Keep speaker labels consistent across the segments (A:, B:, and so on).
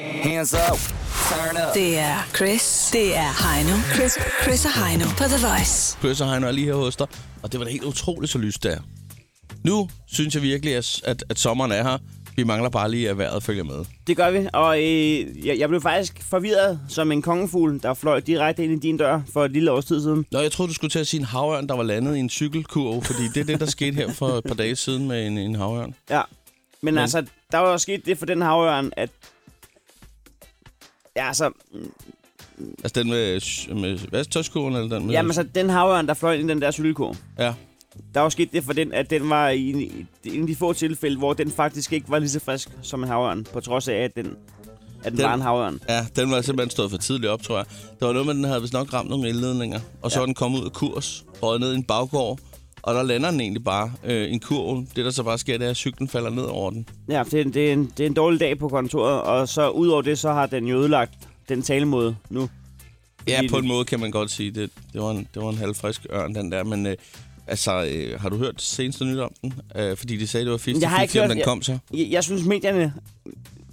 A: hands up. Turn up.
B: Det er Chris. Det er Heino. Chris, Chris og Heino på The Voice.
C: Chris og Heino er lige her hos dig, og det var da helt utroligt så lyst der. Nu synes jeg virkelig, at, at, at sommeren er her. Vi mangler bare lige, at vejret følger med.
D: Det gør vi, og øh, jeg, jeg blev faktisk forvirret som en kongefugl, der fløj direkte ind i din dør for et lille års tid siden.
C: Nå, jeg troede, du skulle til at sige en havørn, der var landet i en cykelkurv, fordi det er det, der skete her for et par dage siden med en, en havørn.
D: Ja. Men, Men altså, der var jo sket det for den havørn, at... Ja, altså...
C: Altså den med, s- med hvad, tøjskurven eller den med...
D: Jamen, altså, den havørn, der fløj ind i den der cykelkurv.
C: Ja.
D: Der var sket det for den, at den var i en, i en af de få tilfælde, hvor den faktisk ikke var lige så frisk som en havørn, på trods af, at den, at den,
C: Den-
D: den... var en havørn.
C: Ja, den var simpelthen stået for tidligt op, tror jeg. Der var noget med, at den havde vist nok ramt nogle elledninger, og så ja. var den kommet ud af kurs, og ned i en baggård, og der lander den egentlig bare øh, i en kurv. Det, der så bare sker, det er, at cyklen falder ned over den.
D: Ja, det er, en, det, er en, det er en dårlig dag på kontoret, og så udover det, så har den jo ødelagt den talemåde nu.
C: Ja,
D: Fordi
C: på en
D: det-
C: måde kan man godt sige, det, det, var, en, det var en halvfrisk ørn, den der. Men øh, altså, øh, har du hørt seneste nyt om den? Øh, fordi de sagde, det var 50
D: Jeg har ikke
C: om
D: hørt-
C: den
D: jeg-
C: kom så.
D: Jeg, jeg synes, medierne...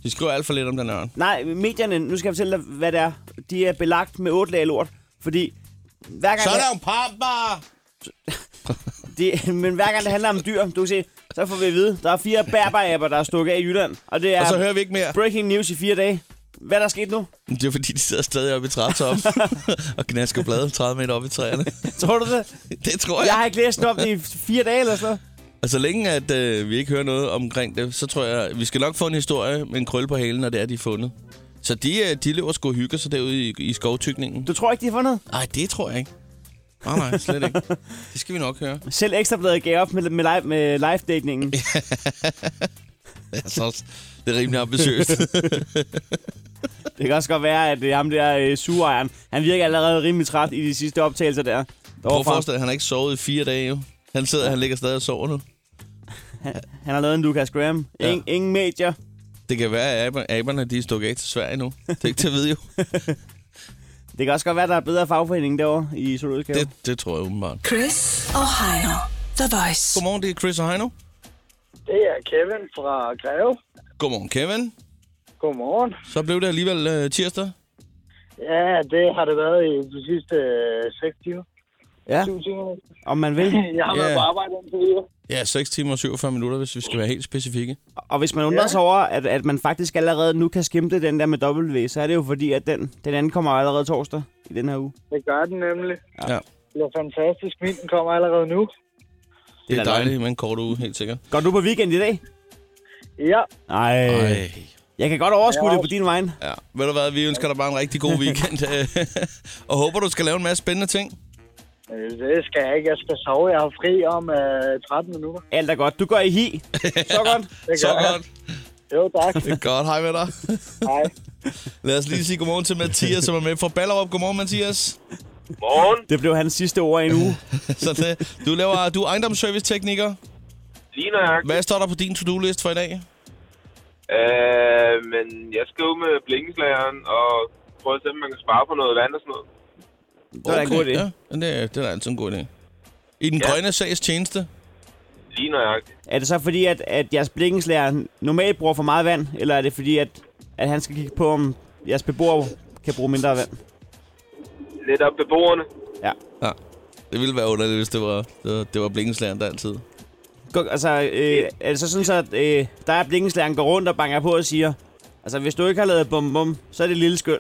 C: De skriver alt for lidt om den ørn.
D: Nej, medierne, nu skal jeg fortælle dig, hvad det er. De er belagt med otte lag lort, fordi... Hver gang
C: Så er
D: jeg-
C: der jo pappa!
D: Det, men hver gang det handler om dyr, du kan se, så får vi at vide, der er fire bærbarabber, der er stukket af i Jylland. Og det er
C: Og så hører vi ikke mere.
D: breaking news i fire dage. Hvad er der sket nu?
C: Det er fordi, de sidder stadig oppe i trætoppen og gnasker blade 30 meter op i træerne.
D: Tror du det?
C: det tror jeg.
D: Jeg har ikke læst om det i fire dage eller sådan noget.
C: Og så længe at øh, vi ikke hører noget omkring det, så tror jeg, vi skal nok få en historie med en krølle på halen, når det er, de er fundet. Så de, øh, de løber sgu og hygger sig derude i, i skovtykningen.
D: Du tror ikke, de har fundet?
C: Nej, det tror jeg ikke. Nej, nej, slet ikke. Det skal vi nok høre.
D: Selv Ekstrabladet gav op med, med, live, med live-datningen.
C: Det er, så også, Altså, det er rimelig ambitiøst.
D: Det kan også godt være, at øh, ham der øh, surejeren, han virker allerede rimelig træt i de sidste optagelser der.
C: Prøv at
D: Overfra.
C: forestille dig, at han har ikke sovet i fire dage jo. Han sidder, han ligger stadig og sover nu.
D: Han har lavet en Lucas Graham.
C: Ja.
D: Ingen, ingen medier.
C: Det kan være, at aber- aberne de er stukket af til Sverige nu. Det er ikke til at vide jo.
D: Det kan også godt være, at der er bedre fagforening derovre i Zoologisk Have.
C: Det, det tror jeg åbenbart.
B: Chris og Heino. The Voice.
C: Godmorgen, det er Chris og Heino.
E: Det er Kevin fra Greve.
C: Godmorgen, Kevin.
E: Godmorgen.
C: Så blev det alligevel øh, tirsdag.
E: Ja, det har det været i de sidste øh, 6 timer.
D: Ja,
E: 7 timer.
D: om man vil.
E: Jeg har været
C: Ja.
E: på arbejde indtil videre.
C: Ja, 6 timer og 47 minutter, hvis vi skal være helt specifikke.
D: Og hvis man undrer sig over, at, at man faktisk allerede nu kan skimte den der med W, så er det jo fordi, at den, den anden kommer allerede torsdag i den her uge.
E: Det gør den nemlig.
C: Ja. ja.
E: Det er fantastisk. Min kommer allerede nu.
C: Det er
D: Eller
C: dejligt med en kort uge, helt sikkert.
D: Går du på weekend i dag?
E: Ja,
D: Nej.
C: Ej.
D: Jeg kan godt overskue
E: Ja.
D: det på din vej.
C: Ja. Ved du hvad, vi ønsker dig bare en rigtig god weekend. og håber, du skal lave en masse spændende ting.
E: øh, det skal jeg ikke. Jeg skal sove. Jeg har fri om øh, 13 minutter.
D: Alt er godt. Du går i hi. Så godt.
E: Det
C: Så
E: gør jeg.
C: godt.
E: Jo, tak.
C: Det er godt. Hej med dig.
E: Hej.
C: Lad os lige sige godmorgen til Mathias, som er med fra Ballerup. Godmorgen, Mathias.
F: Morgen.
D: Det blev hans sidste ord i en uge.
C: Så det, du laver du er ejendomsservice-tekniker.
F: Lige nøjagtigt.
C: Hvad står der på din to-do-list for i dag?
F: Øh, men jeg skal ud med blinkeslageren og prøve at se, om man kan spare på noget vand og sådan noget.
D: Det var da en god idé.
C: Ja, det, er, det er da altid en god idé. I den ja.
F: Ja.
C: grønne sags tjeneste.
F: Lige nøjagtigt.
D: Er det så fordi, at, at jeres blikkenslærer normalt bruger for meget vand, eller er det fordi, at, at han skal kigge på, om jeres beboer kan bruge mindre vand?
F: Lidt op beboerne.
C: Ja. Det ville være underligt, hvis det var, det var, det var blinkenslæren, der altid.
D: Gå- Altså, øh, er det så sådan, så, at øh, der er blikkenslæren går rundt og banker på og siger, altså, hvis du ikke har lavet bum bum, så er det et lille skyld.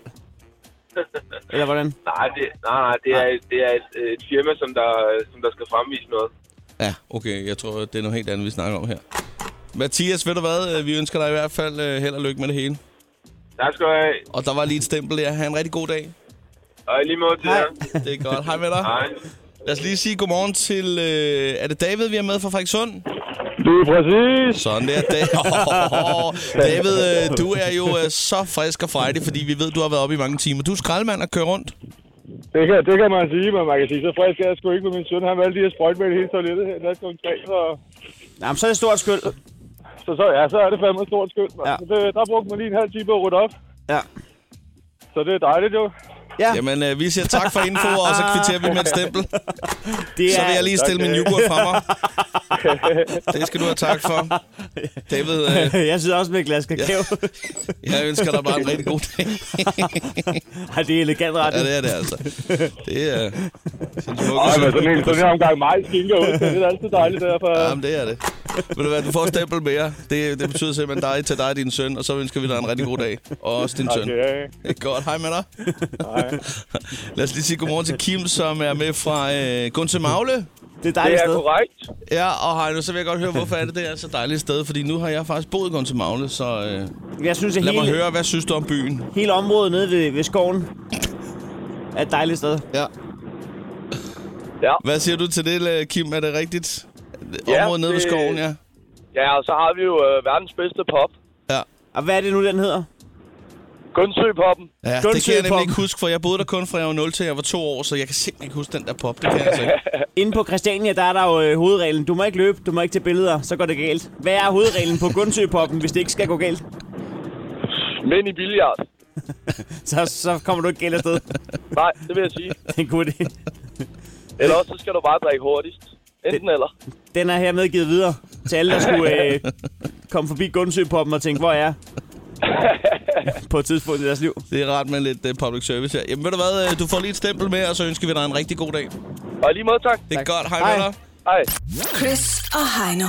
D: Eller hvordan?
F: Nej, det, nej, nej, det er, det er et, et firma, som der, som der skal fremvise noget.
C: Ja, okay. Jeg tror, det er noget helt andet, vi snakker om her. Mathias, ved du hvad? Øh, Vi ønsker dig i hvert fald øh, held og lykke med det hele.
F: Tak skal du have.
C: Og der var lige et stempel der. Ha' en rigtig god dag.
F: Og i lige måde til
D: Hej.
F: jer.
C: Det er godt. Hej med dig.
F: Hej.
C: Lad os lige sige godmorgen til... Øh, er det David, vi er med fra Frederikssund?
E: Det er præcis.
C: Sådan der. Da- oh, David, øh, du er jo øh, så frisk og frejdig, fordi vi ved, du har været oppe i mange timer. Du er skraldemand og kører rundt.
E: Det kan, det kan man sige, men man kan sige, så frisk er jeg sgu ikke med min søn. Han valgte lige at sprøjte med det hele toilettet her. Der er tre, så,
D: Jamen, så er det et stort skyld.
E: så, så, ja, så er det fandme et stort skyld.
D: Ja.
E: Ja. Det, der brugte man lige en halv time på at rydde op.
D: Ja.
E: Så det er dejligt jo.
D: Ja,
C: Jamen, øh, vi siger tak for info, og så kvitterer vi med et stempel.
D: det er,
C: Så vil jeg lige stille min yoghurt fra mig. Det skal du have tak for. David, øh,
D: jeg sidder også med et glas kakao.
C: jeg ønsker dig bare en rigtig god dag.
D: Ej, det er elegant ret.
C: ja, det er det altså. Det er... øh,
E: Ej, men Altså, sådan en, sådan en omgang mig skinker ud. Det er altid dejligt derfor.
C: Jamen, det er det. Ved du hvad, du får et stempel mere. Det, det betyder simpelthen dig til dig og din søn, og så ønsker vi dig en rigtig god dag. Og også din søn.
E: Okay.
C: Det er Godt, hej med dig. Lad os lige sige godmorgen til Kim, som er med fra øh, Gunse Magle.
D: Det er et dejligt sted.
F: korrekt.
C: Ja, og hej nu, så vil jeg godt høre, hvorfor er det, det er så dejligt sted? Fordi nu har jeg faktisk boet i Gunse Magle, så øh,
D: Jeg synes, at
C: lad mig
D: hele,
C: høre, hvad synes du om byen?
D: hele området nede ved, ved skoven er et dejligt sted.
C: Ja.
F: Ja.
C: Hvad siger du til det, øh, Kim? Er det rigtigt?
F: Ja,
C: Området nede ved
F: det-
C: skoven, ja.
F: Ja, og så har vi jo øh, verdens bedste pop.
C: Ja.
D: Og hvad er det nu, den hedder?
F: Gunsø-poppen.
C: Ja, det kan jeg
D: Gunsø-poppen.
C: nemlig ikke huske, for jeg boede der kun fra jeg var 0 til jeg var to år, så jeg kan simpelthen ikke huske den der pop. Det kan jeg altså ikke.
D: Inde på Christiania, der er der jo øh, hovedreglen. Du må ikke løbe, du må ikke tage billeder, så går det galt. Hvad er hovedreglen på Gunsø-poppen, hvis det ikke skal gå galt?
F: Mænd i billiard.
D: Så, så kommer du ikke galt afsted.
F: Nej, det vil jeg sige.
D: Det er en god idé.
F: Eller også, så skal du bare drikke hurtigst. Enten eller.
D: Den er hermed givet videre til alle, der skulle øh, komme forbi Gunsø-poppen og tænke, hvor er jeg? på et tidspunkt i deres liv.
C: Det er rart med lidt uh, public service her. Jamen ved du hvad, øh, du får lige et stempel med, og så ønsker vi dig en rigtig god dag.
F: Og i lige måde, tak.
C: Det er godt. Hej,
D: Hej.
C: med dig.
F: Hej.
B: Chris og Heino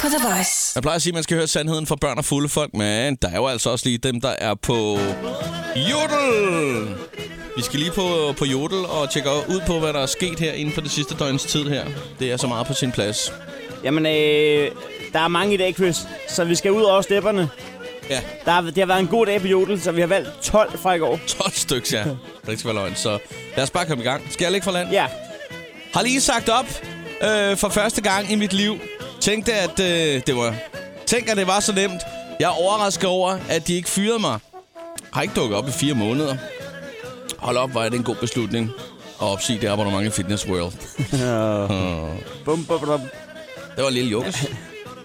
B: på The Voice.
C: Jeg plejer at sige, at man skal høre sandheden fra børn og fulde folk, men der er jo altså også lige dem, der er på Jodel. Vi skal lige på, på Jodel og tjekke ud på, hvad der er sket her inden for det sidste døgns tid her. Det er så meget på sin plads.
D: Jamen, øh, der er mange i dag, Chris, så vi skal ud over stepperne.
C: Ja,
D: Der har, det har været en god dag på Jodel, så vi har valgt 12 fra i går.
C: 12 stykker, ja. Rigtig være løgn. Så lad os bare komme i gang. Skal jeg lægge for land?
D: Ja,
C: Har lige sagt op øh, for første gang i mit liv. Tænkte, at øh, det var... Tænk, at det var så nemt. Jeg er overrasket over, at de ikke fyrede mig. Har ikke dukket op i fire måneder. Hold op, var det en god beslutning at opsige det abonnement i Fitness World.
D: bum, bum, bum.
C: Det var lille jokkes.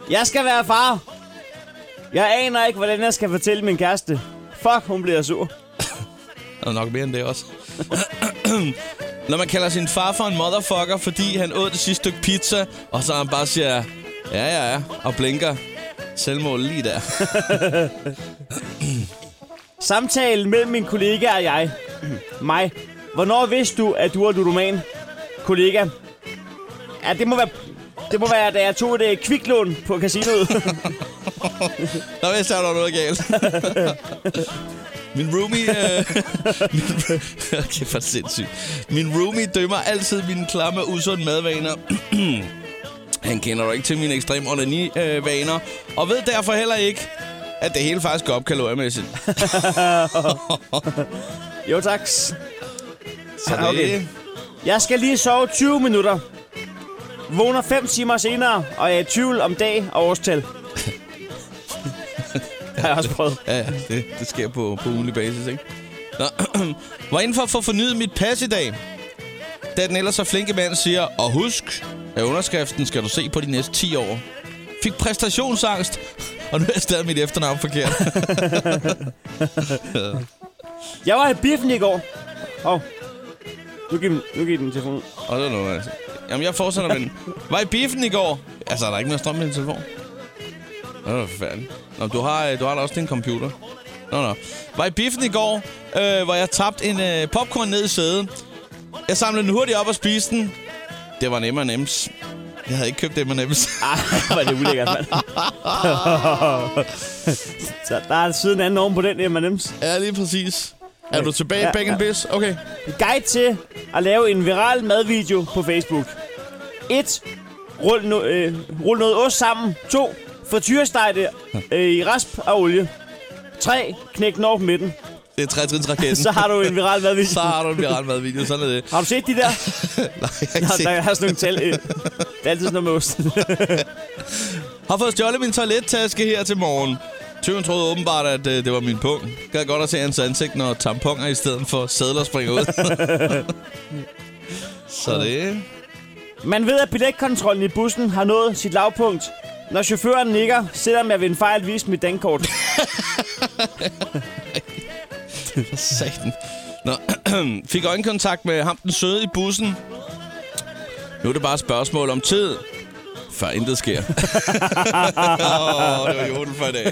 D: Jeg skal være far. Jeg aner ikke, hvordan jeg skal fortælle min kæreste. Fuck, hun bliver sur.
C: Og nok mere end det også. Når man kalder sin far for en motherfucker, fordi han åd det sidste stykke pizza, og så han bare siger, ja, ja, ja, og blinker. Selvmål lige der.
D: Samtalen mellem min kollega og jeg. Mig. Hvornår vidste du, at du er ludoman? Kollega. Ja, det må være... Det må være, da jeg tog et øh, kviklån på casinoet.
C: Der vidste jeg, der var noget galt. Min roomie... Øh, min, okay, for sindssygt. Min roomie dømmer altid mine klamme, usunde madvaner. Han kender jo ikke til mine ekstreme onani-vaner, og ved derfor heller ikke, at det hele faktisk går op kaloriemæssigt.
D: jo, tak.
C: Så det,
D: Okay. Jeg skal lige sove 20 minutter. Vågner 5 timer senere, og jeg er i tvivl om dag og årstal. det har jeg også prøvet.
C: Ja, ja, det, det sker på, på ugenlig basis, ikke? Nå, var inde for at få fornyet mit pas i dag, da den ellers så flinke mand siger, og husk, at underskriften skal du se på de næste 10 år. Fik præstationsangst, og nu er jeg stadig mit efternavn forkert.
D: Jeg var i biffen i går. Åh. Oh. Nu giv, den- nu giv den telefon.
C: og det er noget, altså. Jamen, jeg fortsætter med den. Var i biffen i går. Altså, er der ikke mere strøm i din telefon? Nå, det er forfærdeligt. Nå, du har, øh, du har da også din computer. Nå, nå. Var i biffen i går, øh, hvor jeg tabte en øh, popcorn ned i sædet. Jeg samlede den hurtigt op og spiste den. Det var en M&M's. Jeg havde ikke købt M&M's.
D: Ah, hvor er det ulækkert, mand. Så der er siden anden oven på den M&M's.
C: ja, lige præcis. Er du tilbage,
D: Ja,
C: ja, Bacon
D: ja.
C: Biz? Okay.
D: Guide til at lave en viral madvideo på Facebook. 1. Rul, no, øh, rul noget ost sammen. 2. Frityresteg det øh, i rasp og olie. 3. Knæk den over på midten.
C: Det er trætrins
D: Så har du en viral madvideo.
C: Så har du en viral madvideo. Sådan er det.
D: Har du set de der?
C: Nej, jeg har ikke
D: Nå,
C: set
D: der er sådan nogle tal. Øh, det er altid sådan noget med ost.
C: Har fået stjålet min toilettaske her til morgen. Tyven troede åbenbart, at øh, det var min punkt. Gad godt at se hans ansigt, når tamponer i stedet for sædler springer ud. Så det...
D: Man ved, at billetkontrollen i bussen har nået sit lavpunkt, når chaufføren nikker, selvom jeg ved en fejl viste mit dankort.
C: For satan. Nå, fik øjenkontakt med ham den søde i bussen. Nu er det bare et spørgsmål om tid. Før intet sker. Åh, det var jorden for i dag.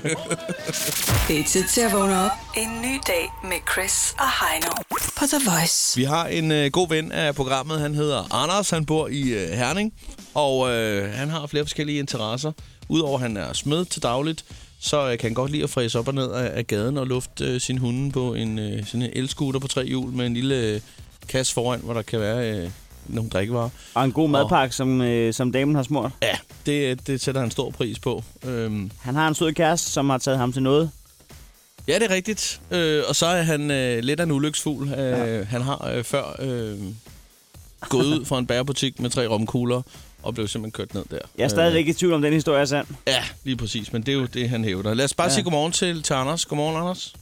B: Det er tid til at vågne op. En ny dag med Chris og Heino på The Voice.
C: Vi har en øh, god ven af programmet. Han hedder Anders. Han bor i øh, Herning. Og øh, han har flere forskellige interesser. Udover at han er smed til dagligt, så øh, kan han godt lide at fræse op og ned af, af gaden og lufte øh, sin hunde på en øh, sådan en elskuter på tre hjul med en lille øh, kasse foran, hvor der kan være øh, nogle drikkevarer.
D: Og en god madpakke, som, øh, som damen har smurt.
C: Ja, det, det sætter han stor pris på. Øhm,
D: Han har en sød kæreste, som har taget ham til noget.
C: ja, det er rigtigt. Øh, og så er han øh, lidt af en ulyksfugl. Øh, ja. Han har øh, før øh, gået ud fra en bærebutik med tre romkugler og blev simpelthen kørt ned der. Øh,
D: Jeg er stadigvæk i tvivl om, den historie er sand.
C: Ja, lige præcis. Men det er jo det, han hævder. Lad os bare ja. sige godmorgen til, til Anders. Godmorgen, Anders.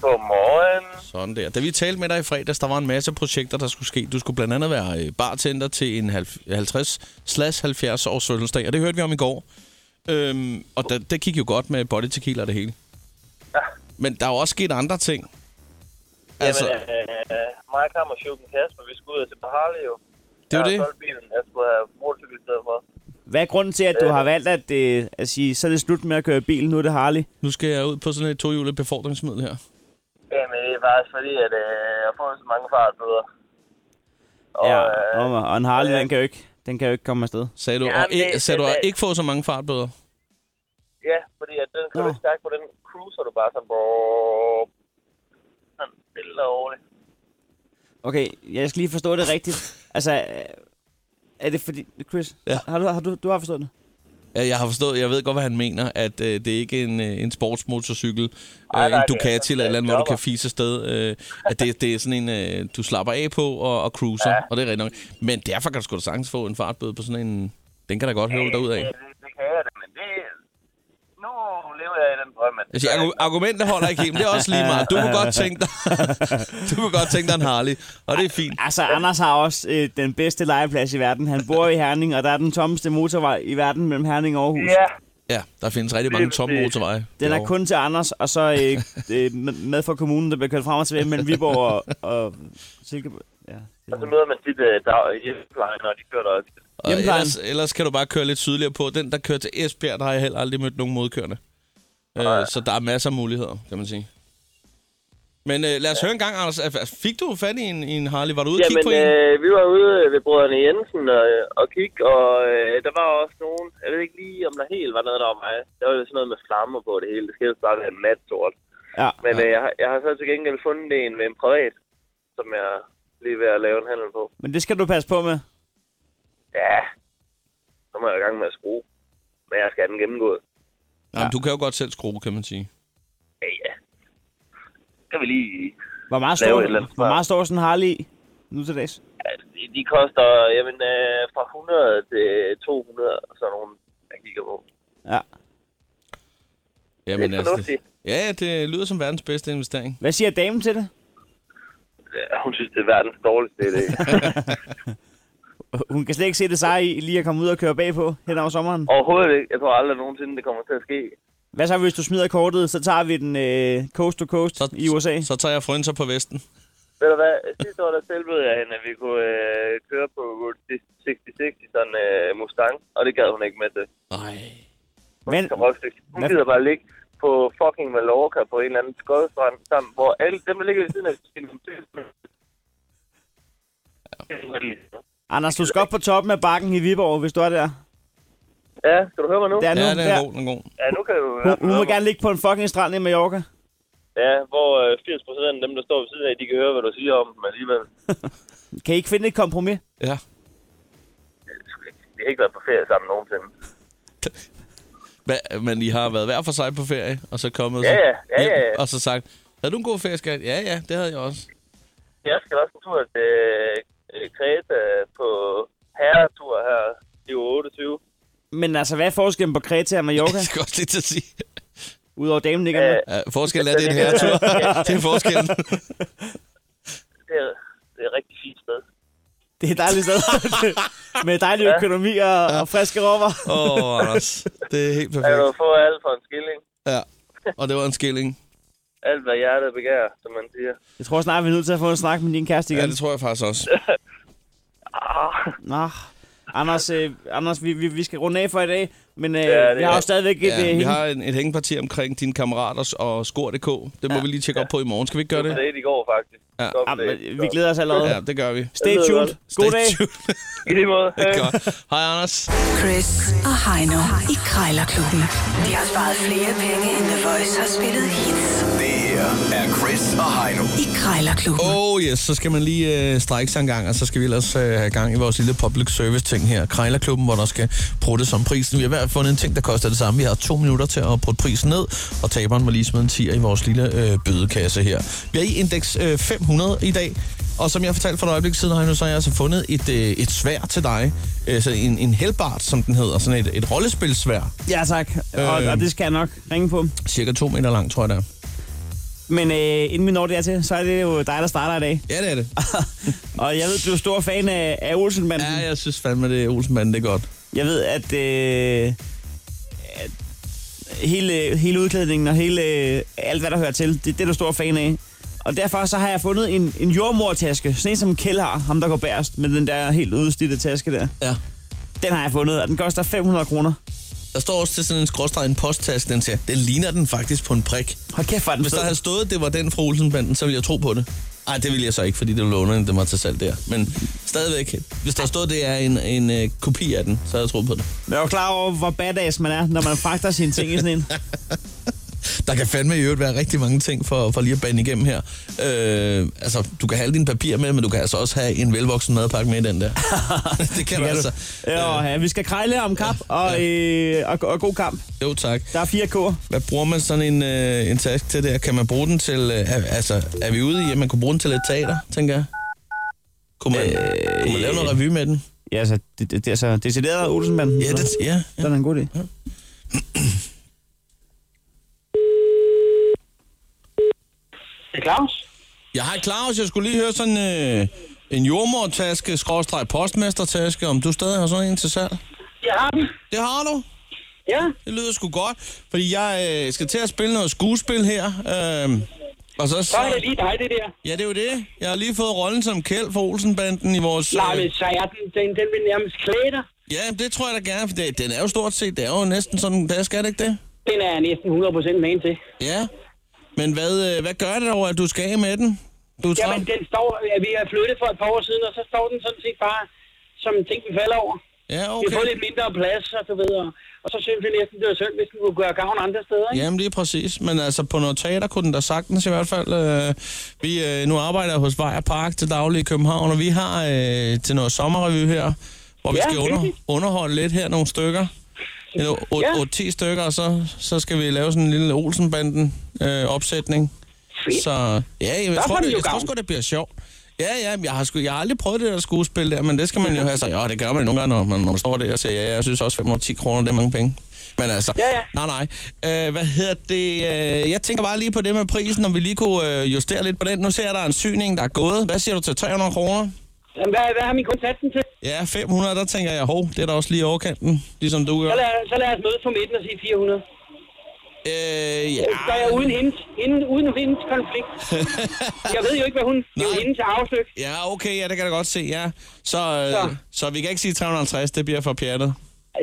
F: Godmorgen.
C: Sådan der. Da vi talte med dig i fredags, der var en masse projekter, der skulle ske. Du skulle blandt andet være øh, bartender til en halv- 50-70 års fødselsdag, og det hørte vi om i går. Øhm, og da, det gik jo godt med body tequila og det hele.
F: Ja.
C: Men der er jo også sket andre ting. Altså,
F: Jamen, øh, mig og Kammer Sjov og Kasper, vi skulle ud til Bahali jo.
C: det er jo
F: Jeg
C: det.
F: har solgt bilen, jeg skulle have motorcykel i stedet for.
D: Hvad er grunden til, at du har valgt at, øh, at sige, så er det slut med at køre bil, nu er det Harley?
C: Nu skal jeg ud på sådan et tohjulet befordringsmiddel her.
F: Jamen, det var også fordi, at øh, jeg har fået så mange fartbøder. Og,
D: Ja,
F: øh,
D: og, og en Harley, den kan jo ikke, den kan jo ikke komme afsted.
C: Sagde du,
F: Jamen,
C: og ikke,
F: det-
C: sagde du
F: det-
C: at ikke få så mange fartbøder?
F: ja, fordi at den kører
D: Nå.
F: ikke stærkt på den cruiser, du bare sådan på... Sådan stille og roligt.
D: Okay, jeg skal lige forstå det rigtigt. Altså, øh, er det fordi... Chris,
C: Ja.
D: har, du, har du, du har forstået det?
C: Ja, Jeg har forstået, jeg ved godt, hvad han mener, at øh, det er ikke en, øh, en sportsmotorcykel, øh, en
F: nej, det er
C: Ducati
F: sådan
C: eller et
F: en
C: eller andet, hvor du
F: jobber.
C: kan fise afsted. Øh, at det, det er sådan en, øh, du slapper af på og, og cruiser, ja. og det er rigtig nok. Men derfor kan du sgu da sagtens få en fartbøde på sådan en... Den kan da godt høvle dig ud af.
F: Det, det, det kan jeg da, men det... Nu lever jeg i den drøm, at...
C: Jeg siger, Altså, argu- argumentet holder ikke helt, men det er også lige meget. Du kunne godt tænke dig, du kunne godt tænke dig en Harley, og det er fint.
D: Altså, Anders har også øh, den bedste legeplads i verden. Han bor i Herning, og der er den tommeste motorvej i verden mellem Herning og Aarhus.
F: Ja,
C: Ja, der findes rigtig mange tomme motorveje.
D: Den er
C: derovre.
D: kun til Anders, og så øh, øh, med- med for kommunen, der bliver kørt frem og tilbage mellem Viborg og, og Silkeborg. Ja.
F: og så møder man tit øh, dag i hjemmeplejen, når de kører der også.
C: Og
D: Hjemmeplejen.
C: ellers, ellers kan du bare køre lidt sydligere på. Den, der kører til Esbjerg, der har jeg heller aldrig mødt nogen modkørende. Øh, så der er masser af muligheder, kan man sige. Men øh, lad os høre en gang, Anders. Altså, Fik du fat i en, i en Harley? Var du ude og kigge på
F: Jamen,
C: en?
F: øh, vi var ude ved brødrene Jensen og, og kigge, og øh, der var også nogen, jeg ved ikke lige, om der helt var noget, der var mig. Der var jo sådan noget med flammer på det hele. Det skal jo bare være natsort.
D: ja.
F: Men øh, jeg, har, jeg har så til gengæld fundet en ved en privat, som jeg lige er ved at lave en handel på.
D: Men det skal du passe på med.
F: Ja, så må jeg i gang med at skrue. Men jeg skal have den gennemgået.
C: Jamen, du kan jo godt selv skrue, kan man sige.
F: Ja, ja. Kan vi lige...
D: Hvor meget
F: Lave
D: står,
F: et eller andet.
D: hvor meget står sådan en Harley i nu til dags?
F: Ja, de, de koster, jamen, øh, fra 100 til 200, og sådan nogle, jeg kigger på.
D: Ja.
C: Jamen,
F: Det er fornuftigt.
C: ja, det lyder som verdens bedste investering.
D: Hvad siger damen til det?
F: Ja, hun synes, det er verdens dårligste idé.
D: Hun kan slet ikke se det seje i lige at komme ud og køre bagpå hen over sommeren.
F: Overhovedet ikke. Jeg tror aldrig nogensinde, det kommer til at ske.
D: Hvad så, hvis du smider kortet, så tager vi den øh, coast to coast
C: Så,
D: i USA?
C: Så tager jeg frønser på vesten.
F: Ved du hvad? Sidste år, der tilbød jeg hende, at vi kunne øh, køre på Route 66 i sådan en øh, Mustang, og det gad hun ikke med det.
C: Nej.
D: Men,
F: Som røvstykke. Hun
D: Hvad-
F: gider bare ligge på fucking Mallorca på en eller anden skodstrand sammen, hvor alle dem, der ligger ved siden af hinanden, de er-
D: Anders, du skal op på toppen af bakken i Viborg, hvis du er der.
F: Ja, skal du høre mig nu?
D: Der er nu,
C: Ja, den
D: der.
C: er god, den er god.
F: Ja, nu kan du...
D: Hun, hun må gerne ligge på en fucking strand i Mallorca.
F: Ja, hvor øh, 80 procent af dem, der står ved siden af, de kan høre, hvad du siger om dem alligevel.
D: Kan I ikke finde et kompromis?
C: Ja.
F: De har ikke været på ferie sammen nogensinde.
C: Hva, men I har været hver for sig på ferie, og så kommet
F: Ja,
C: så
F: ja, ja,
C: hjem,
F: ja, ja.
C: og så sagt, havde du en god ferie, skat? Ja, ja, det havde jeg også.
F: Jeg skal også en tur til øh, Kreta på herretur her i uge 28.
D: Men altså, hvad er forskellen på Kreta og Mallorca?
C: Jeg skal også lige til at sige.
D: Udover damen ligger
F: Ja,
D: med.
C: Ja, forskellen er, det er en herretur. det er forskellen.
F: Det er, det er et rigtig fint sted.
D: Det er et dejligt sted. med dejlig økonomi og, og friske råber.
C: Åh, oh, Anders. Det er helt
F: Jeg kan
C: perfekt.
F: jo få alt for en skilling.
C: Ja. Og det var en skilling.
F: Alt, hvad hjertet begærer, som man siger.
D: Jeg tror snart, vi er nødt til at få en snak med din kæreste
C: Ja,
D: igen.
C: det tror jeg faktisk også.
D: Nå. Anders, øh, Anders vi, vi, vi skal runde af for i dag, men øh,
F: Ja,
D: ja,
F: det
D: vi har
F: er-
D: jo stadigvæk et...
C: Ja,
D: øh,
C: vi
D: hænge-
C: har en, et hængeparti omkring dine kammeraters og skor.dk. Det må vi lige tjekke op på i morgen. Skal vi ikke gøre det?
F: Det er i går, faktisk.
C: Ja. Ah,
F: Stop
D: Ja,
F: det.
D: ah, men vi glæder os allerede.
C: Ja, det gør vi.
D: Stay
F: lyder
D: tuned.
F: godt.
D: God dag.
C: Stay tuned.
F: I lige måde.
C: Godt. Hej, Anders.
B: Chris og Heino i Krejlerklubben. De har sparet flere penge, end The Voice har spillet hits
A: Det her er Chris og Heino.
B: i Krejlerklubben.
C: Oh yes, så skal man lige øh, strække sig en gang, og så skal vi ellers øh, have gang i vores lille public service ting her. Krejlerklubben, hvor der skal prutte som prisen. Vi har i hvert fald fundet en ting, der koster det samme. Vi har to minutter til at prutte prisen ned, og taberen må lige smide en 10 i vores lille øh, bødekasse her. Vi er i indeks øh, 500 i dag, og som jeg fortalte for et øjeblik siden, Heino, så har jeg altså fundet et, øh, et svær til dig. Øh, så en, en helbart, som den hedder. Sådan et, et rollespilsvær.
D: Ja, tak. Og,
C: Øh.
D: og det skal jeg nok ringe på.
C: Cirka to meter lang, tror jeg det er.
D: Men øh, inden vi når dertil, så er det jo dig, der starter i dag.
C: Ja, det er det.
D: Og jeg ved, du er stor fan af, af Olsenbanden.
C: Ja, jeg synes fandme, det er Olsenmanden, det er godt.
D: Jeg ved, at, øh, at hele, hele udklædningen og hele, øh, alt, hvad der hører til, det, det er du stor fan af. Og derfor så har jeg fundet en, en jordmortaske, sådan en som Kjell har, ham der går bærest med den der helt udstidte taske der.
C: Ja.
D: Den har jeg fundet, og den koster 500 kroner.
C: Der står også til sådan en skråstreg en posttaske, den siger, den ligner den faktisk på en prik.
D: Hold kæft, hvor er den
C: Hvis der
D: fed.
C: havde stået, at det var den fra Olsenbanden, så ville jeg tro på det. Nej, det ville jeg så ikke, fordi det var lånerne, den var til salg der. Men stadigvæk, hvis der stod, det er en, en øh, kopi af den, så havde jeg troet på det.
D: Jeg er jo klar over, hvor badass man er, når man fragter sine ting i sådan en.
C: Der kan fandme i øvrigt være rigtig mange ting for, for lige at bande igennem her. Øh, altså, du kan have alle dine papirer med, men du kan altså også have en velvoksen madpakke med i den der. det kan du altså.
D: Ja, ja, vi skal krejle om kap og, øh, og, og god kamp.
C: Jo, tak.
D: Der er 4 k'er.
C: Hvad bruger man sådan en, øh, en taske til der? Kan man bruge den til... Øh, er- altså, er vi ude i, at man kunne bruge den til et teater, tænker jeg? Kunne man, øh, kunne man lave noget revy med den?
D: Ja, altså, det, det, det er så decideret Olsenbanden.
C: Ja, det, ja.
D: Ja. Den er en god idé. Ja.
E: Det er Claus.
C: Jeg har Claus, jeg skulle lige høre sådan øh, en jordmortaske, skråstreg postmestertaske, om du stadig har sådan en til salg?
E: Jeg har den.
C: Det har du?
E: Ja.
C: Det lyder sgu godt, fordi jeg øh, skal til at spille noget skuespil her. Øh, og så,
E: Så er
C: så,
E: det lige dig, det der.
C: ja, det er jo det. Jeg har lige fået rollen som Kjeld for Olsenbanden i vores...
E: Nej,
C: øh,
E: men så er den, den, den vil nærmest klæde dig.
C: Ja, det tror jeg da gerne, for det, den er jo stort set, det er jo næsten sådan en taske, er det ikke det?
E: Den er jeg næsten 100% med til.
C: Ja. Men hvad, øh, hvad gør det dog, at du skal af med den? Du er
E: Jamen,
C: træt?
E: den står, ja, vi har flyttet for et par år siden, og så står den sådan set bare som ting, den falder over.
C: Ja,
E: Okay. Vi har fået
C: okay.
E: lidt mindre plads, og du ved, og, og så synes vi næsten, det var synd, hvis den kunne gøre gavn andre steder, ikke?
C: Jamen lige præcis, men altså på noget teater kunne den da sagtens i hvert fald. Øh, vi øh, nu arbejder jeg hos Vejer Park til daglig i København, og vi har øh, til noget sommerrevy her, hvor vi
E: Ja,
C: skal under,
E: hyggeligt.
C: underholde lidt her nogle stykker. Eller
E: Ja.
C: 8-10 stykker, og så, så skal vi lave sådan en lille Olsenbanden øh, opsætning.
E: Fedt.
C: Så ja, jeg, jeg
E: får
C: tror,
E: den
C: det,
E: jo
C: jeg tror
E: gavn.
C: sgu, det bliver sjovt. Ja, ja, men jeg har, sgu, jeg har aldrig prøvet det der skuespil der, men det skal man jo have. Så ja, det gør man nogle gange, når man, når man står der og siger, ja, jeg synes også 510 kroner, det er mange penge. Men altså,
E: Ja,
C: nej, nej. Øh, hvad hedder det? Øh, jeg tænker bare lige på det med prisen, om vi lige kunne øh, justere lidt på den. Nu ser jeg, der er en syning, der er gået. Hvad siger du til 300 kroner?
E: Jamen, hvad, hvad har min kone sat den til?
C: Ja, 500, der tænker jeg, hov, det er da også lige i overkanten, ligesom du gør.
E: Så lad, så lad os mødes på midten og sige 400.
C: Øh, ja.
E: Så er jeg uden hendes, inden, uden hendes konflikt. jeg ved jo ikke, hvad hun... Det er jo
C: Nej.
E: hendes afstykke.
C: Ja, okay, ja, det kan jeg da godt se, ja. Så, øh, så.
E: Så.
C: så vi kan ikke sige 350, det bliver for pjattet.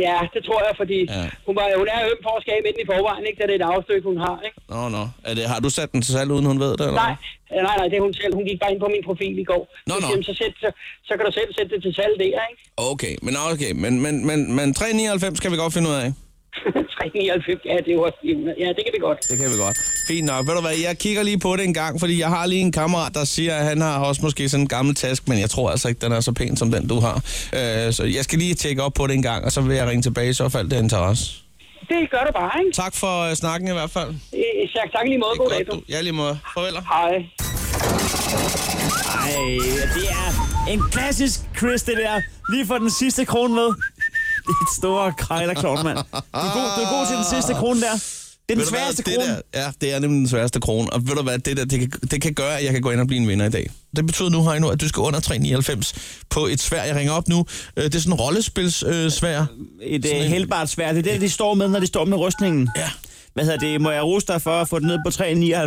E: Ja, det tror jeg, fordi
C: Ja.
E: ja. hun, var, hun er øm for at skabe inden i forvejen, ikke? Da det er et afstykke, hun har, ikke?
C: Nå, nå. Er det, har du sat den til salg, uden hun ved det? Eller?
E: Nej, øh, nej, nej, det er hun selv. Hun gik bare ind på min profil i går.
C: Nå,
E: Så
C: nå.
E: siger hun, Så, sæt, så, så kan du selv sætte det til salg der, ikke?
C: Okay, men, nå, okay. men, men, men, men 399 kan vi godt finde ud af.
E: 399, ja, det er jo også 400. Ja, det kan vi godt.
C: Det kan vi godt. Fint nok. Ved du hvad, jeg kigger lige på det en gang, fordi jeg har lige en kammerat, der siger, at han har også måske sådan en gammel task, men jeg tror altså ikke, den er så pæn som den, du har. Øh, så jeg skal lige tjekke op på det en gang, og så vil jeg ringe tilbage, i så fald det er interesse.
E: Det gør du bare, ikke?
C: Tak for øh, snakken i hvert fald. Det
E: Øh, Tak, tak i lige måde. God dag, du.
C: du. Ja, lige måde. Farvel.
E: Hej.
D: Ej, det er en klassisk Chris, det der. Lige for den sidste krone med. Det er et store krejlerklovn, mand. Du er, god, du er god til den sidste krone der. Det er den
C: Ved du hvad,
D: sværeste
C: det
D: krone.
C: Der, ja, det er nemlig den sværeste krone. Og ved du hvad, det der, det kan, det kan gøre, at jeg kan gå ind og blive en vinder i dag. Det betyder nu, Heino, at du skal under 399 på et svær. Jeg ringer op nu. Øh, Det er sådan en rollespilsvær. Øh, svær.
D: Et
C: Sådan
D: uh,
C: en-
D: helbart svær. Det er det, de står med, når de står med rustningen.
C: ja,
D: Hvad hedder det? Må jeg rose dig for at få den ned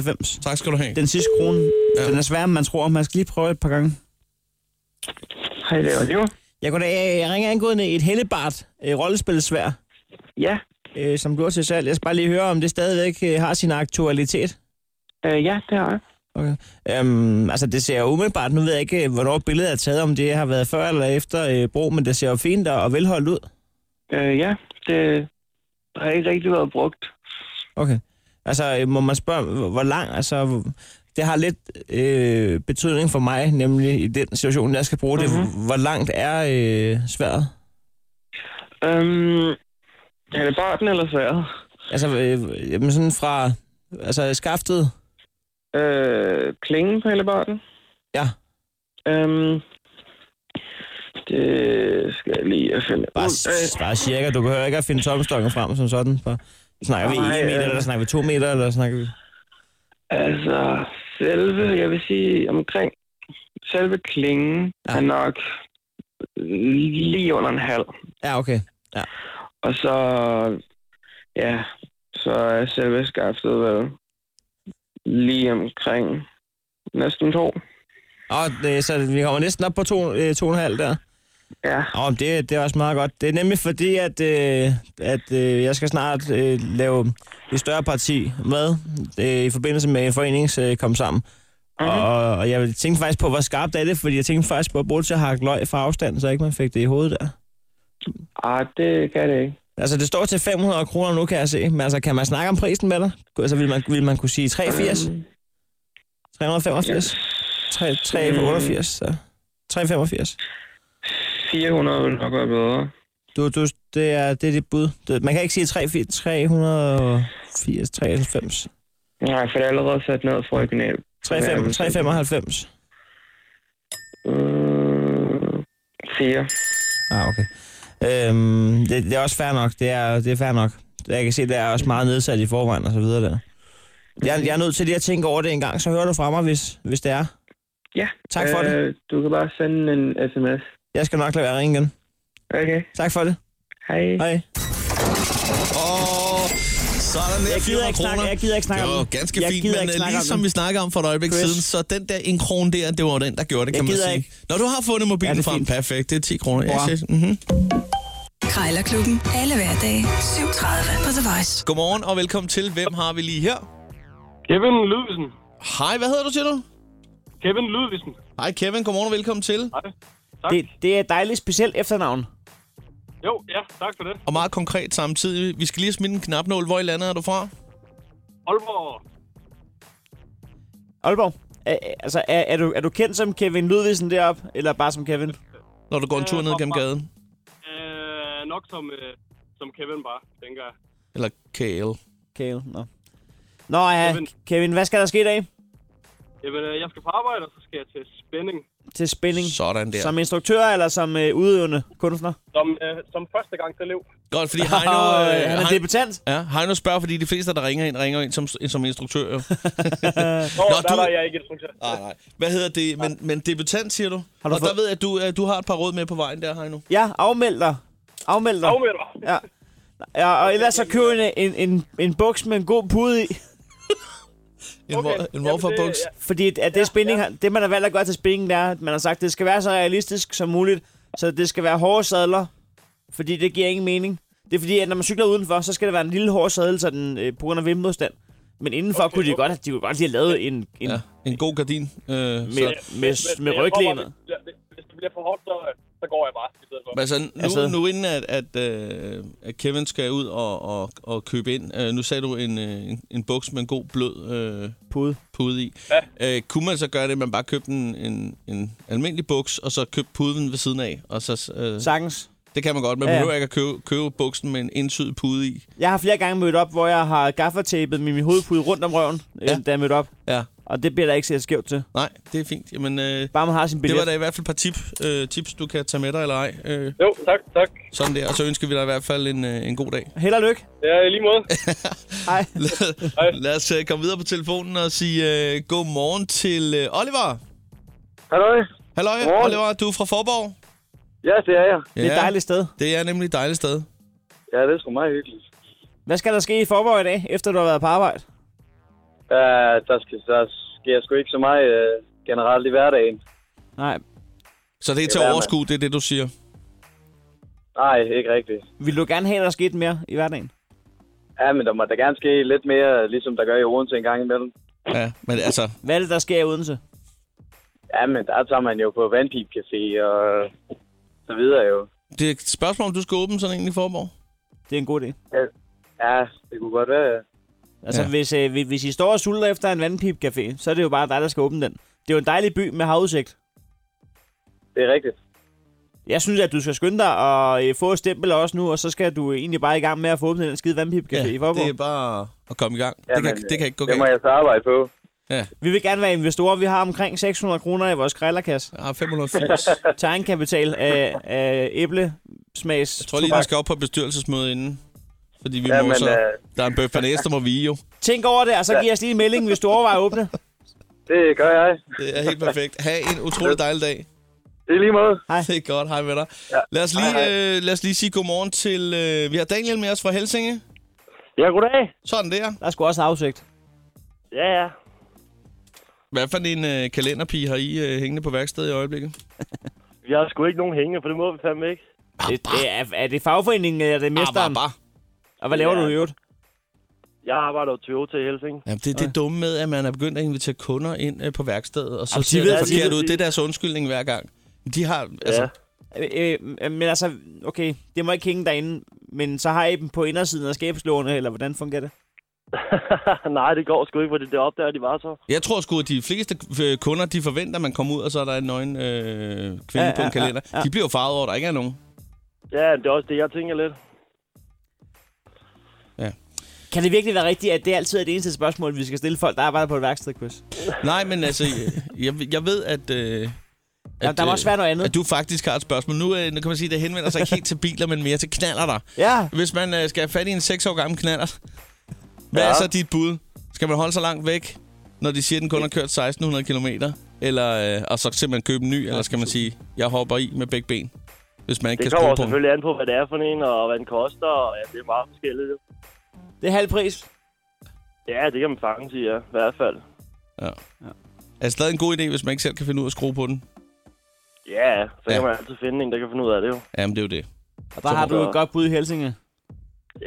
D: på 3,99?
C: tak skal du have.
D: Den sidste krone.
C: Ja.
D: Den er sværere, end man tror. Man skal lige prøve et par gange.
E: Hej, det er Oliver.
D: Jeg, kunne da, jeg ringer angående et hellebart øh, rollespilsvær,
G: Ja,
D: øh, som du har til salg. Jeg skal bare lige høre, om det stadigvæk øh, har sin aktualitet.
G: øh, ja, det har jeg.
D: Okay. Øhm, altså, det ser jo umiddelbart, nu ved jeg ikke, øh, hvornår billedet er taget, om det har været før eller efter øh, brug, men det ser jo fint og, og velholdt ud.
G: Øh, ja, det har ikke rigtig været brugt.
D: Okay. Altså, øh, må man spørge, hvor- hvor lang? Altså, hvor- det har lidt øh, betydning for mig, nemlig i den situation, jeg skal bruge mm-hmm. det. Hvor langt er øh, sværet?
G: Øhm, er det barten eller sværet?
D: Altså, øh, jamen sådan fra altså, skaftet?
G: Øh, klingen på hele barten?
D: Ja,
G: Øhm, det skal jeg lige finde
D: bare,
G: ud af.
D: s- bare cirka. Du behøver ikke at finde tomstokken frem som sådan. Bare. Snakker vi 1
G: Nej,
D: meter,
G: øh.
D: eller snakker vi 2 meter, eller snakker vi...
G: Altså, selve, jeg vil sige omkring, selve klingen
D: Ja.
G: ja. er nok lige under en halv.
D: Ja, okay.
G: Og så, ja, så er selve skaftet vel lige omkring næsten to.
D: Og øh, så vi kommer næsten op på 2,5 øh, to og en halv der.
G: Ja,
D: Nå, men det, det er også meget godt. Det er nemlig fordi, at, øh, at øh, jeg skal snart øh, lave et større parti med øh, i forbindelse med en forenings øh, kom sammen.
G: Mhm.
D: Mm-hmm. Og, og jeg tænkte faktisk på, hvor skarpt er det, fordi jeg tænkte faktisk på at bruge det til at hakke løg fra afstand, så ikke man fik det i hovedet der.
G: ah, det kan det ikke.
D: Altså, det står til 500 kroner nu, kan jeg se. Men altså, kan man snakke om prisen med dig? Altså, vil man, vil man kunne sige 83?
G: Øhm.
D: 385? 3, 388? Så. 385?
G: 400 vil nok være bedre.
D: Du, du, det, er, det er dit bud. Det, man kan ikke sige 3, 380, 93,
G: Nej, for det er allerede sat ned for original.
D: 35, 395.
G: Mm, 4.
D: Ah, okay. Øhm, det, det, er også fair nok. Det er, det er fair nok. Jeg kan se, det er også meget nedsat i forvejen og så videre der. Jeg, jeg er nødt til lige at tænke over det en gang, så hører du fra mig, hvis, hvis det er.
G: Ja.
D: Tak for det.
G: Øh, Du kan bare sende en sms.
D: Jeg skal nok lade være at ringe igen.
G: Okay,
D: Tak for det.
G: hej.
D: Hej.
C: Åh, så er der mere
D: Jeg gider
C: 400
D: ikke snakke,
C: kroner.
D: jeg gider ikke snakke
C: Det var
D: om
C: jo
D: den.
C: ganske
D: jeg
C: fint,
D: gider
C: men
D: ikke
C: øh,
D: snakke
C: lige
D: om
C: som
D: den.
C: vi snakker om for et øjeblik
D: Chris.
C: siden, så den der en krone der, det var jo den, der gjorde det,
D: Jeg
C: kan man
D: gider
C: sige.
D: ikke.
C: Når du har fundet
D: Ja,
C: mobilen
D: det er
C: frem,
D: fint.
C: perfekt, det er 10 kroner.
D: Bra.
C: Jeg siger, mm-hmm.
B: Krejlerklubben. Alle hverdage 7.30 på The Voice.
C: Godmorgen og velkommen til. Hvem har vi lige her?
E: Kevin Ludvigsen.
C: Hej, hvad hedder du, siger du?
E: Kevin Ludvigsen.
C: Hej Kevin, godmorgen og velkommen til.
D: Det, det er et dejligt specielt efternavn.
E: Jo, ja, tak for det.
C: Og meget konkret samtidig. Vi skal lige smide en knapnål. Hvor i landet er du fra?
E: Aalborg.
D: Aalborg, er, altså, er, er, du, er du kendt som Kevin Ludvigsen derop, eller bare som Kevin?
C: Når du går en tur
E: Øh,
C: ned gennem
E: fra-
C: gaden?
E: Øh, nok som, øh, som Kevin bare, tænker jeg.
C: Eller KL?
D: Kevin, nå. Nå ja,
E: Kevin.
D: Kevin, hvad skal der ske i dag?
E: Jamen, øh, jeg skal på arbejde, og så skal jeg til spænding.
D: Til spænding?
C: Sådan der.
D: Som instruktør eller som øh, udøvende kunstner?
E: Som, øh, som første gang til elev.
C: Godt, fordi
D: Og,
C: Heino...
D: øh, han er
C: Heino-
D: debutant.
C: Ja, Heino spørger, fordi de fleste, der ringer ind, ringer ind som, som instruktør. Jo.
E: Nå, Nå der
C: du-
E: du... var jeg ikke instruktør.
D: Ah.
C: Nej, nej. Hvad hedder det? Men, men debutant, siger du?
D: Har
C: Har du
D: du
C: og
D: fået-
C: der ved jeg, at du, øh, du har et par råd med på vejen der, Heino.
D: Ja, afmeld dig. Afmeld dig.
E: Af med dig.
D: Ja. ja, og ellers så køb en, en, en, en buks med en god pude i.
C: En,
E: Okay.
C: en
E: Jamen,
C: morfar buks.
E: det-
D: Fordi at, at det, spænding, ja. det man har valgt at gøre til spændingen, det er, at man har sagt, at det skal være så realistisk som muligt, så det skal være hårde sadler, fordi det giver ingen mening. Det er fordi, at når man cykler udenfor, så skal det være en lille hård sadel, så den øh, på grund af vindmodstand. Men indenfor okay, kunne de godt, de kunne godt lige have lavet en, en
C: Ja,
D: ja,
C: en god gardin. Øh, så,
D: med, med,
E: Men-
D: med
E: men jeg tror bare,
D: ryglænet.
E: hvis det bliver- Hvis det bliver for hårdt, så, øh, så går jeg bare i stedet for.
C: altså, nu,
D: Altså-
C: altså, nu inden at, at, øh, at Kevin skal ud og, og, og købe ind, øh, nu sagde du en, øh, en, en buks med en god blød øh,
D: Pude.
C: pude i. Ja. Øh, kunne man så gøre det, at man bare købte en, en, en almindelig buks, og så købte puden ved siden af? Og så, øh,
D: Sagtens.
C: det kan man godt, man
D: Ja, ja.
C: behøver ikke at købe, købe buksen med en indsyet pude i.
D: Jeg har flere gange mødt op, hvor jeg har gaffertapet med min hovedpude rundt om røven, ja.
C: Ja.
D: da jeg mødte op.
C: Ja.
D: Og det bliver der ikke set skævt til.
C: Nej, det er fint. Jamen, øh,
D: Bare man har sin billet.
C: Det var da i hvert fald et par tip, øh, tips, du kan tage med dig eller ej. Øh,
E: Jo, tak, tak.
C: sådan der, og så ønsker vi dig i hvert fald en, øh, en god dag.
D: Held og lykke.
E: Ja, i lige måde.
D: Hej.
C: Lad os øh, komme videre på telefonen og sige øh, god morgen til øh, Oliver.
E: Halløj.
C: Hallo,
E: Godmorgen.
C: Oliver, du er fra Forborg.
E: Ja, det er jeg.
C: Ja,
D: Det er et dejligt sted.
C: Det er nemlig et dejligt sted.
E: Ja, det er sgu meget hyggeligt.
D: Hvad skal der ske i Forborg i dag, efter du har været på arbejde?
H: Ja, der, skal, der sker sgu ikke så meget øh, generelt i hverdagen.
D: Nej,
C: Så det er til
H: Det er
C: overskud, det er det, du siger.
I: Nej, ikke rigtigt.
D: Vil du gerne have, at der skete mere i hverdagen?
I: Ja, men der må da gerne ske lidt mere, ligesom der gør i Odense en gang imellem.
C: Ja, men altså,
D: Hvad er det, der sker i Odense?
I: Ja, men der tager man jo på vandpipcafé og så videre jo.
C: det er et spørgsmål, om du skal åbne sådan en i Forborg.
D: Det er en god idé.
I: Ja, det kunne godt være, ja.
D: Altså, ja.
C: Ja.
D: hvis, øh, hvis- hvis I står og sulter efter en vandpipcafé, så er det jo bare dig, der skal åbne den. Det er jo en dejlig by med havudsigt.
I: Det er rigtigt.
D: Jeg synes, at du skal skynde dig og øh, få et stempel også nu, og så skal du egentlig bare i gang med at få åbnet den skide vandpipcafé ja, i Forborg.
C: det er bare at komme i gang. det,
I: Jamen,
C: kan, det kan ikke gå
I: Det må
C: galt.
I: jeg så arbejde på.
D: Vi vil gerne være investorer. Vi har omkring 600 kroner i vores krejlerkasse.
C: Jeg har 580.
D: Tegnkapital af, af æblesmags...
C: Jeg tror lige, vi skal op på et bestyrelsesmøde inden. Fordi vi
I: Ja,
C: må
I: men,
C: så...
I: øh,
C: Der er en bøf banæs, der må vige jo.
D: Tænk over det, og så giv os lige en melding, hvis du overvejer at åbne.
I: Det gør jeg.
C: Det er helt perfekt. Ha' en utrolig dejlig dag.
I: Det er lige måde.
C: Det er godt. Hej med dig. Lad os lige,
I: Hej,
C: øh, lad os lige sige godmorgen til... Øh, vi har Daniel med os fra Helsinge.
F: Ja, goddag.
C: Sådan der.
D: Der er sgu også havsigt.
F: Ja, ja.
C: Hvad for en øh, kalenderpige har I øh, hængende på værkstedet i øjeblikket?
F: Vi har sgu ikke nogen hængende, for det må vi fandme ikke.
D: Det, det er, er det fagforeningen, eller er det
C: Ah,
D: mesteren?
C: bare.
D: Og hvad laver du i øvrigt?
F: Jeg arbejder jo Toyota i Helsing.
C: Jamen, det er det dumme med, at man er begyndt at invitere kunder ind øh, på værkstedet, og så Jamen,
D: Jamen, de
C: ser
D: ved
C: det
F: præcis-
C: forkert ud. Det er deres undskyldning hver gang. De har... Altså,
F: Ja.
C: ja.
D: Øh, øh, men altså, okay, det må ikke hænge derinde, men så har I dem på indersiden af skabslårene, eller hvordan fungerer det?
F: Nej, det går sgu ikke, fordi det opdager de bare så.
C: Jeg tror sgu, at de fleste øh, kunder, de forventer, at man kommer ud, og så er der en nøgen øh, kvinde
D: Ja,
C: ja, på
D: ja,
C: en kalender.
D: ja,
C: Ja,
D: ja.
C: ja. De bliver jo farvet over, at der ikke er nogen.
F: Ja, det er også det, jeg tænker lidt.
D: Kan det virkelig være rigtigt, at det altid er det eneste spørgsmål, vi skal stille folk, der arbejder på et værksted, Chris?
C: Nej, men altså, jeg- jeg, jeg ved, at... Øh,
D: Ja, der må
C: øh,
D: også være noget andet.
C: At du faktisk har et spørgsmål. Nu, øh, nu kan man sige, at det henvender sig ikke helt til biler, men mere til knaller dig.
D: Ja,
C: Hvis man øh, skal have fat i en 6 år gammel knaller, hvad ja. er
I: Ja.
C: så dit bud? Skal man holde sig langt væk, når de siger, at den kun har kørt 1600 km? Eller, øh, og så simpelthen købe en ny, eller skal man sige, jeg hopper i med begge ben? Hvis man ikke
F: Det
C: kan
F: kommer
C: skrue
F: jo
C: på den.
F: selvfølgelig an på, hvad det er for en, og hvad den koster, og ja, det er meget forskelligt. jo.
D: det er halv pris.
F: Ja, det kan man fange sige, ja. I hvert fald.
C: Er stadig en god idé, hvis man ikke selv kan finde ud af at skrue på den?
F: Ja, så kan
C: Ja.
F: man altid finde en, der kan finde ud af det jo.
C: Jamen, det er jo det.
D: Og der har du et godt bud i Helsinge.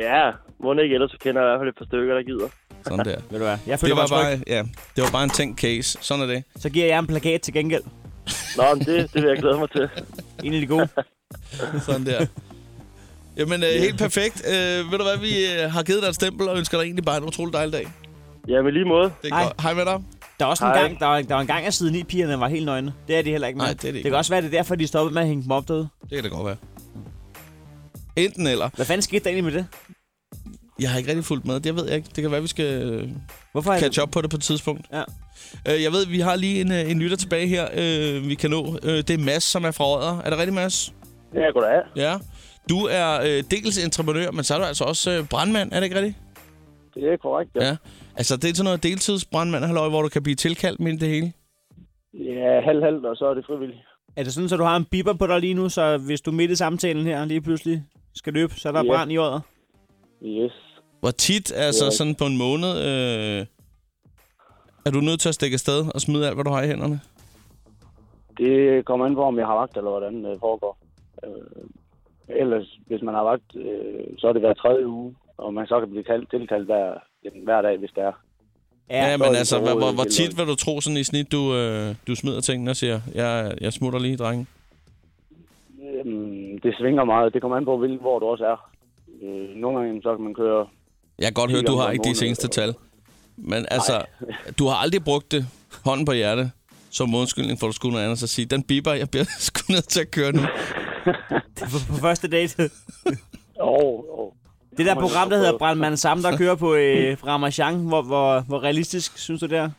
F: Ja, må den ikke ellers, så kender jeg i hvert fald et par stykker, der gider.
C: Sådan der.
D: Ved du hvad? Jeg føler
C: Det
D: mig
C: var,
D: tryg.
C: bare, ja, det var bare en tænkt case. Sådan er det.
D: Så giver jeg en plakat til gengæld.
F: Nå, men det, det vil jeg glæde mig til.
D: En af de gode.
C: Sådan der. Jamen, øh, helt perfekt. Øh, ved du hvad, vi øh, har givet dig et stempel og ønsker dig egentlig bare en utrolig dejlig dag.
F: Ja, men lige måde.
C: Det er
D: Hej.
C: Hej. Godt. Hej med dig.
D: Der er også en
F: Hej.
D: gang, der var, der var en gang, at siden i pigerne var helt nøgne. Det er de heller ikke mere.
C: Nej, det er de
D: det
C: ikke.
D: kan også være, det er derfor, de stoppede med at hænge dem op derude.
C: Det kan det godt være. Enten eller.
D: Hvad fanden skete der egentlig med det?
C: Jeg har ikke rigtig fulgt med. Det ved jeg ikke. Det kan være, vi skal øh,
D: Hvorfor er
C: catch up på det på et tidspunkt.
D: Ja.
C: Øh, jeg ved, vi har lige en, øh, en lytter tilbage her, øh, vi kan nå. Øh, det er Mads, som er fra Odder. Er det rigtigt, Mads?
F: Ja, goddag.
C: Ja. Du er øh, dels entreprenør, men så er du altså også øh, brandmand. Er det ikke rigtigt?
F: Det er korrekt,
C: Ja. Altså, det er sådan noget deltidsbrandmand, halløj, hvor du kan blive tilkaldt midt i det hele.
F: Ja, halv halv, og så er det frivilligt.
D: Er det sådan, at du har en biber på dig lige nu, så hvis du midt i samtalen her lige pludselig skal løbe, så er der
F: Ja.
D: brand i øjet?
F: Yes.
C: Hvor tit, altså
F: Ja.
C: sådan på en måned, øh, er du nødt til at stikke afsted og smide alt, hvad du har i hænderne?
F: Det kommer an på, om jeg har vagt, eller hvordan det foregår. Øh, ellers, hvis man har vagt, øh, så er det hver tredje uge, og man så kan blive kaldt, tilkaldt hver, hver dag, hvis det er.
C: Ja,
D: Ja,
C: ja
D: ja.
C: men
F: døgn
C: altså,
F: på
C: hvor, hvor,
F: året,
C: hvor
F: helt
C: tit
F: op.
C: vil du tro sådan i snit, du, øh, du smider tingene og siger, jeg, jeg smutter lige, drenge?
F: Øhm, det svinger meget. Det kommer an på, hvil, hvor du også er. Øh, nogle gange, så kan man køre...
C: Jeg kan godt høre,
F: Lige
C: du
F: om
C: har
F: om
C: ikke de
F: måneden,
C: seneste
F: eller
C: tal. Men altså, du har aldrig brugt det, hånden på hjerte, som undskyldning for, at du skulle noget andet, så sige, den biber, jeg bliver sgu nødt til at køre nu.
D: på første date.
F: Åh, åh.
D: Det der program, der hedder Brandmand Sam, der kører på øh, Ramachan, hvor, hvor, hvor realistisk synes du det er?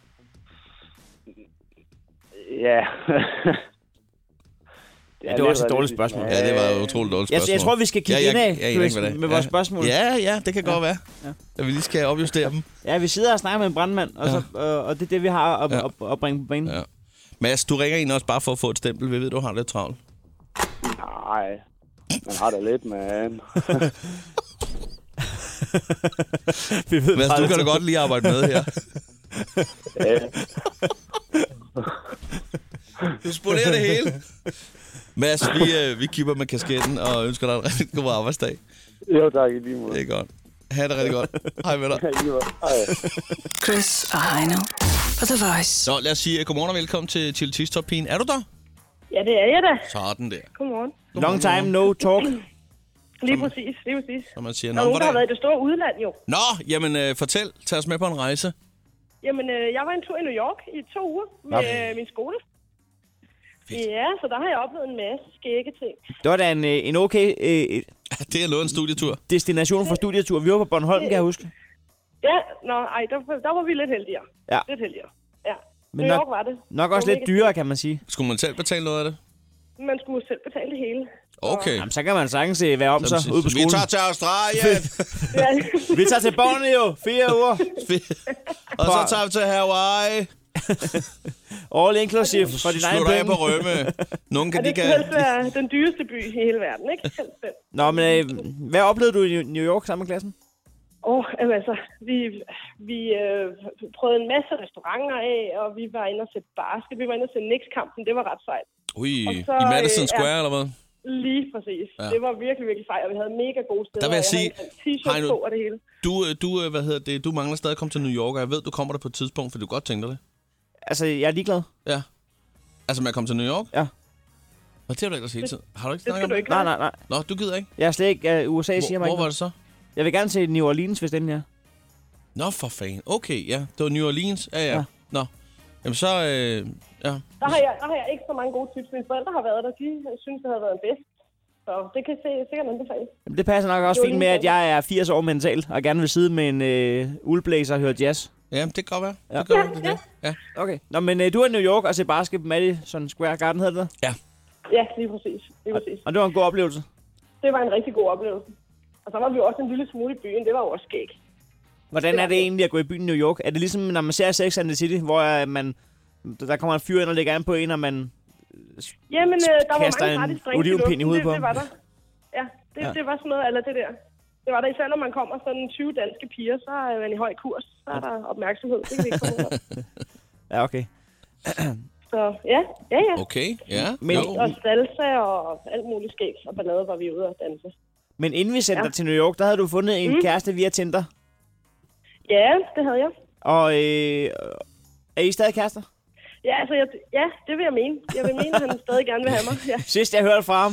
F: Ja.
D: Ja, det var også et dårligt spørgsmål.
C: Ja, det var et utroligt dårligt
D: Jeg,
C: spørgsmål.
D: jeg tror, vi skal kigge ja,
C: jeg-
D: indad,
C: jeg aner
D: Chris,
C: ikke, hvad det er.
D: med vores
C: ja.
D: spørgsmål.
C: Ja, ja, det kan godt være.
D: Ja.
C: At vi lige skal opjustere dem.
D: ja, vi sidder og snakker med en brandmand, og, så, øh, og det er det, vi har at,
C: Ja.
D: at, at, at bringe på banen.
C: Ja. Mads, du ringer ind også bare for at få et stempel. Vi ved, du har lidt travlt.
F: Nej, man har da lidt, man.
D: Vi ved
C: Mads,
D: bare
C: du
D: lidt
C: kan da
D: om-
C: godt lige arbejde med her.
F: Ja.
C: Du spolerer det hele. Mads, vi, øh, vi kipper med kasketten og ønsker dig en rigtig god arbejdsdag.
E: Jo, tak i lige måde.
C: Det er godt. Ha' det rigtig godt. Hej med dig.
E: Ja, i lige måde. Hej.
B: Chris og Heino på The Voice.
C: Så lad os sige øh, godmorgen og velkommen til Chili Cheese Top Pigen. Er du der?
G: Ja, det er jeg da.
C: Så er den der.
G: Godmorgen.
D: Long time, no talk.
G: Lige præcis, lige præcis.
C: Som man siger,
G: Der
C: nå,
G: er nogen, der har
C: hvordan?
G: været i det store udland, jo.
C: Nå, jamen øh, fortæl. Tag os med på en rejse.
G: Jamen, øh, jeg var en tur i New York i to uger med øh, min skole. Ja, så der har jeg oplevet en masse skægge ting.
D: Det var da en, øh, en okay øh,
C: Det er noget af en studietur.
D: destination for studietur. Vi var på Bornholm, kan jeg huske.
G: Ja, nå, ej, der, der var vi lidt heldigere.
D: Ja.
G: Lidt heldigere. Ja.
D: Men
G: Men New
D: nok-
G: York var det.
D: Nok også
G: Det var
D: lidt
G: mega
D: dyrere, kan man sige.
C: Skulle man selv betale noget af det?
G: fedt. Man skulle selv betale det hele.
C: Okay.
D: Jamen, så kan man sagtens øh, være om så, ude på
C: vi
D: skolen.
C: tager til Australien.
G: Ja,
D: Vi tager til Borneo jo. Fire uger.
C: og så tager vi til Hawaii.
D: All inclusive for din egen
C: Slutter af
D: penge.
C: på Rømme. Nogen
G: og
C: kan
G: det
C: de
G: skulle
C: kan...
G: helst være den dyreste by i hele verden, ikke? Helst den.
D: Nå, men øh, hvad oplevede du i New York sammen med klassen?
G: Åh, oh, altså, vi, vi øh, prøvede en masse restauranter af, og vi var inde og se basket, vi var inde og se Knicks-kampen, det var ret sejt.
C: Ui,
G: Og så,
C: i Madison
G: øh,
C: Square,
G: ja.
C: eller hvad?
G: Lige præcis.
C: Ja.
G: Ja. Det var virkelig, virkelig fejl, og vi havde mega gode steder.
C: Der vil jeg
G: og
C: sige,
G: havde en t-shirt
C: Heino-
G: på og det hele.
C: Du, øh, du, øh, hvad hedder det, du mangler stadig at komme til New York, og jeg ved, du kommer der på et tidspunkt, for du godt tænker det.
D: Altså, jeg er ligeglad.
C: Ja. Altså med at komme til New York?
D: Ja.
C: Og det har du ellers hele tiden. Har du ikke
G: Det
C: snakket
G: skal
C: om
G: du
C: det?
G: ikke
D: Nej,
G: være.
D: nej,
C: Nå,
D: nej.
C: du gider ikke.
D: Jeg er slet ikke... øh, USA
C: Hvor,
D: siger mig
C: hvor
D: ikke.
C: var
D: noget.
C: det så?
D: Jeg vil gerne til New Orleans, hvis den her.
C: Nå, for fanden. Okay, ja. Det var New Orleans. Ja, ja.
D: Ja.
C: Nå. Jamen så, øh, ja.
G: Der har, jeg, der har jeg ikke så mange gode tips. Mine forældre har været der, de synes, det havde været bedst. Så det kan se, sikkert anbefales.
D: Jamen, det passer nok også fint med, at jeg er 80 år mentalt, og gerne vil sidde med en øh, uldblæser og høre jazz.
C: Ja, det kan godt være.
D: Ja.
C: Det kan godt være, det er det. Ja.
D: Okay. Nå, men øh, du er i New York og ser basket på Madison Square Garden, hedder det der.
G: Ja, lige præcis. Lige præcis.
D: Og det var en god oplevelse.
G: Det var en rigtig god oplevelse. Og så var vi også en lille smule i byen, det var jo også skægt.
D: Hvordan er det egentlig at gå i byen New York? Er det ligesom, når man ser Sex and the City, hvor øh, man, der kommer en fyr ind og lægger an på en, og man...
G: Jamen, øh, der var
D: Kaster en
G: mange gratis drinks i
D: olivenpind i
G: luften.
D: hovedet
G: Det,
D: på
G: det
D: ham.
G: var der. Ja, det,
C: Ja.
G: ja. det var sådan noget eller det der. Det var der især, når man kommer sådan 20 danske piger, så er man i høj kurs. Så er der opmærksomhed. Det kan vi ikke komme ud over.
D: Ja, okay.
G: Så ja, ja, ja.
C: Okay, ja.
D: Men-
C: jo.
G: Og salsa og alt muligt skægt og ballade var vi ude og danse.
D: Men inden vi sendte ja.
G: Ja.
D: dig til New York, der havde du fundet en mm. kæreste via Tinder.
G: Ja, det havde jeg.
D: Og øh, er I stadig kærester?
G: Ja, altså, jeg, ja, det vil jeg mene. Jeg vil mene, at han stadig gerne vil have mig. Ja.
D: Sidst jeg hørte fra ham.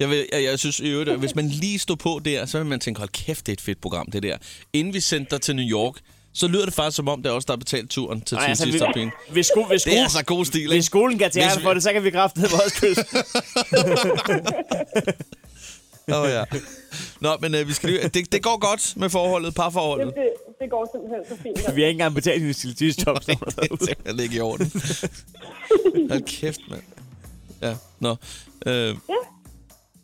C: Jeg, vil, jeg, jeg synes i øvrigt, at hvis man lige stod på der, så vil man tænke, hold kæft, det er et fedt program, det der. Inden vi sendte dig til New York, så lyder det faktisk som om, det er os, der har betalt turen til
D: Nej,
C: Ej,
D: altså,
C: sidste
D: vi-
C: opin.
D: Hvis, sko, hvis, sko,
C: Det er altså god stil,
D: hvis
C: ikke?
D: skolen kan tage
C: Hvis
D: æren
C: vi-
D: for det, så kan vi kraftedeme også kysse.
C: Oh, ja. Nå, men øh, vi skal lige, det, det går godt med forholdet, parforholdet.
G: Det, det, det går simpelthen så fint. altså.
D: vi har ikke engang betalt hendes stiltidstop.
C: det er simpelthen ikke i orden. Hold kæft, mand. Ja, nå. Øh,
G: Ja.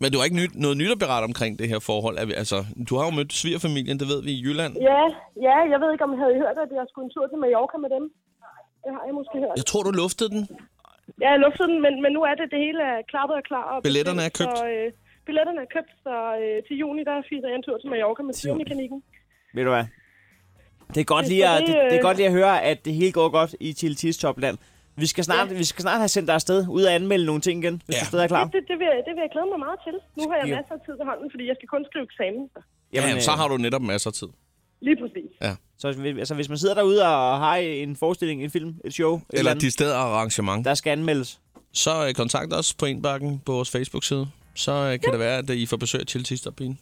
C: men du har ikke nyt, noget nyt at berette omkring det her forhold. Er vi- Altså, du har jo mødt svigerfamilien, det ved vi, i Jylland.
G: Ja, ja, jeg ved ikke, om I havde hørt, at jeg skulle en tur til Mallorca med dem. Det har jeg måske hørt.
C: Jeg tror, du luftede den.
G: Ja, jeg luftede den, men, men nu er det, det hele er klappet og klar. Og
C: Billetterne er købt.
G: Så, øh, billetterne er købt, så øh, til juni, der fiser jeg en tur til Mallorca med Tyvmekanikken.
D: Ved du hvad? Det er godt
G: Så
D: lige at, det,
G: det,
D: det er
G: øh,
D: godt lige at høre, at det hele går godt i Chiltidstopland. Vi skal snart, vi skal snart have sendt dig afsted ud og anmelde nogle ting igen, hvis
C: Ja.
D: du stadig er klar.
G: Det, det, vil, jeg- det vil jeg glæde mig meget til. Nu har jeg
C: Skal-
G: masser af tid til hånden, fordi jeg skal kun skrive eksamen.
C: Jamen, ja,
D: øh,
C: så har du netop masser af tid.
G: Lige præcis.
D: så, hvis- altså, hvis man sidder derude og har en forestilling, en film, et show, et eller
C: Eller
D: andet,
C: de steder arrangement.
D: der skal anmeldes.
C: Så øh, kontakt os på Enbakken på vores Facebook-side. Så øh, kan det være, at øh, I får besøg til Tisterbyen.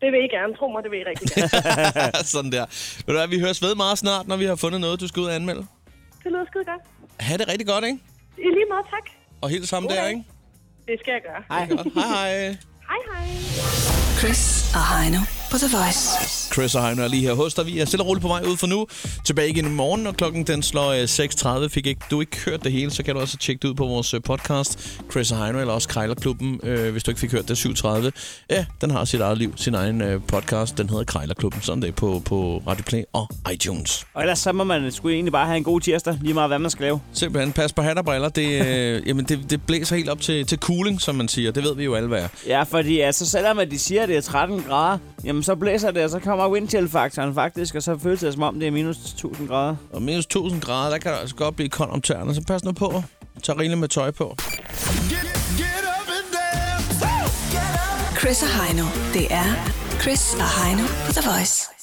G: Det vil I gerne, tro mig, det vil I rigtig gerne.
C: Sådan der. Ved du hvad, vi høres ved meget snart, når vi har fundet noget, du skal ud og anmelde.
G: det lyder skide godt.
C: Ha' det rigtig godt, ikke?
G: I lige meget tak.
C: Og helt sammen der, ikke?
G: Det skal jeg gøre.
D: Hej.
C: Godt. Hej hej.
G: Hej hej.
B: Chris og Heino på The Voice.
C: Chris og Heino er lige her hos dig. Vi er stille og roligt på vej ud for nu. Tilbage igen i morgen, og klokken den slår øh, 6.30. Fik ikke, du ikke hørt det hele, så kan du også tjekke det ud på vores øh, podcast. Chris og Heino, eller også Krejlerklubben, øh, hvis du ikke fik hørt det 7.30. Ja, den har sit eget liv, sin egen øh, podcast. Den hedder Krejlerklubben, sådan det er på, på Radio Play og iTunes.
D: Og ellers så må man sgu egentlig bare have en god tirsdag, lige meget hvad man skal lave.
C: Simpelthen, pas på hat og briller. Det, øh, jamen, det, det blæser helt op til, til cooling, som man siger. Det ved vi jo alle, hvad er.
D: Ja, fordi altså, selvom at de siger, at det er 13 grader, jamen så blæser det, og så kommer windchill-faktoren faktisk, og så føles det som om, det er minus 1000 grader.
C: Og minus 1000 grader, der kan der altså godt blive kold om tæerne, så pas nu på. Tag rigeligt med tøj på.
A: Get, get up!
B: Chris og Heino. Det er Chris og Heino på The Voice.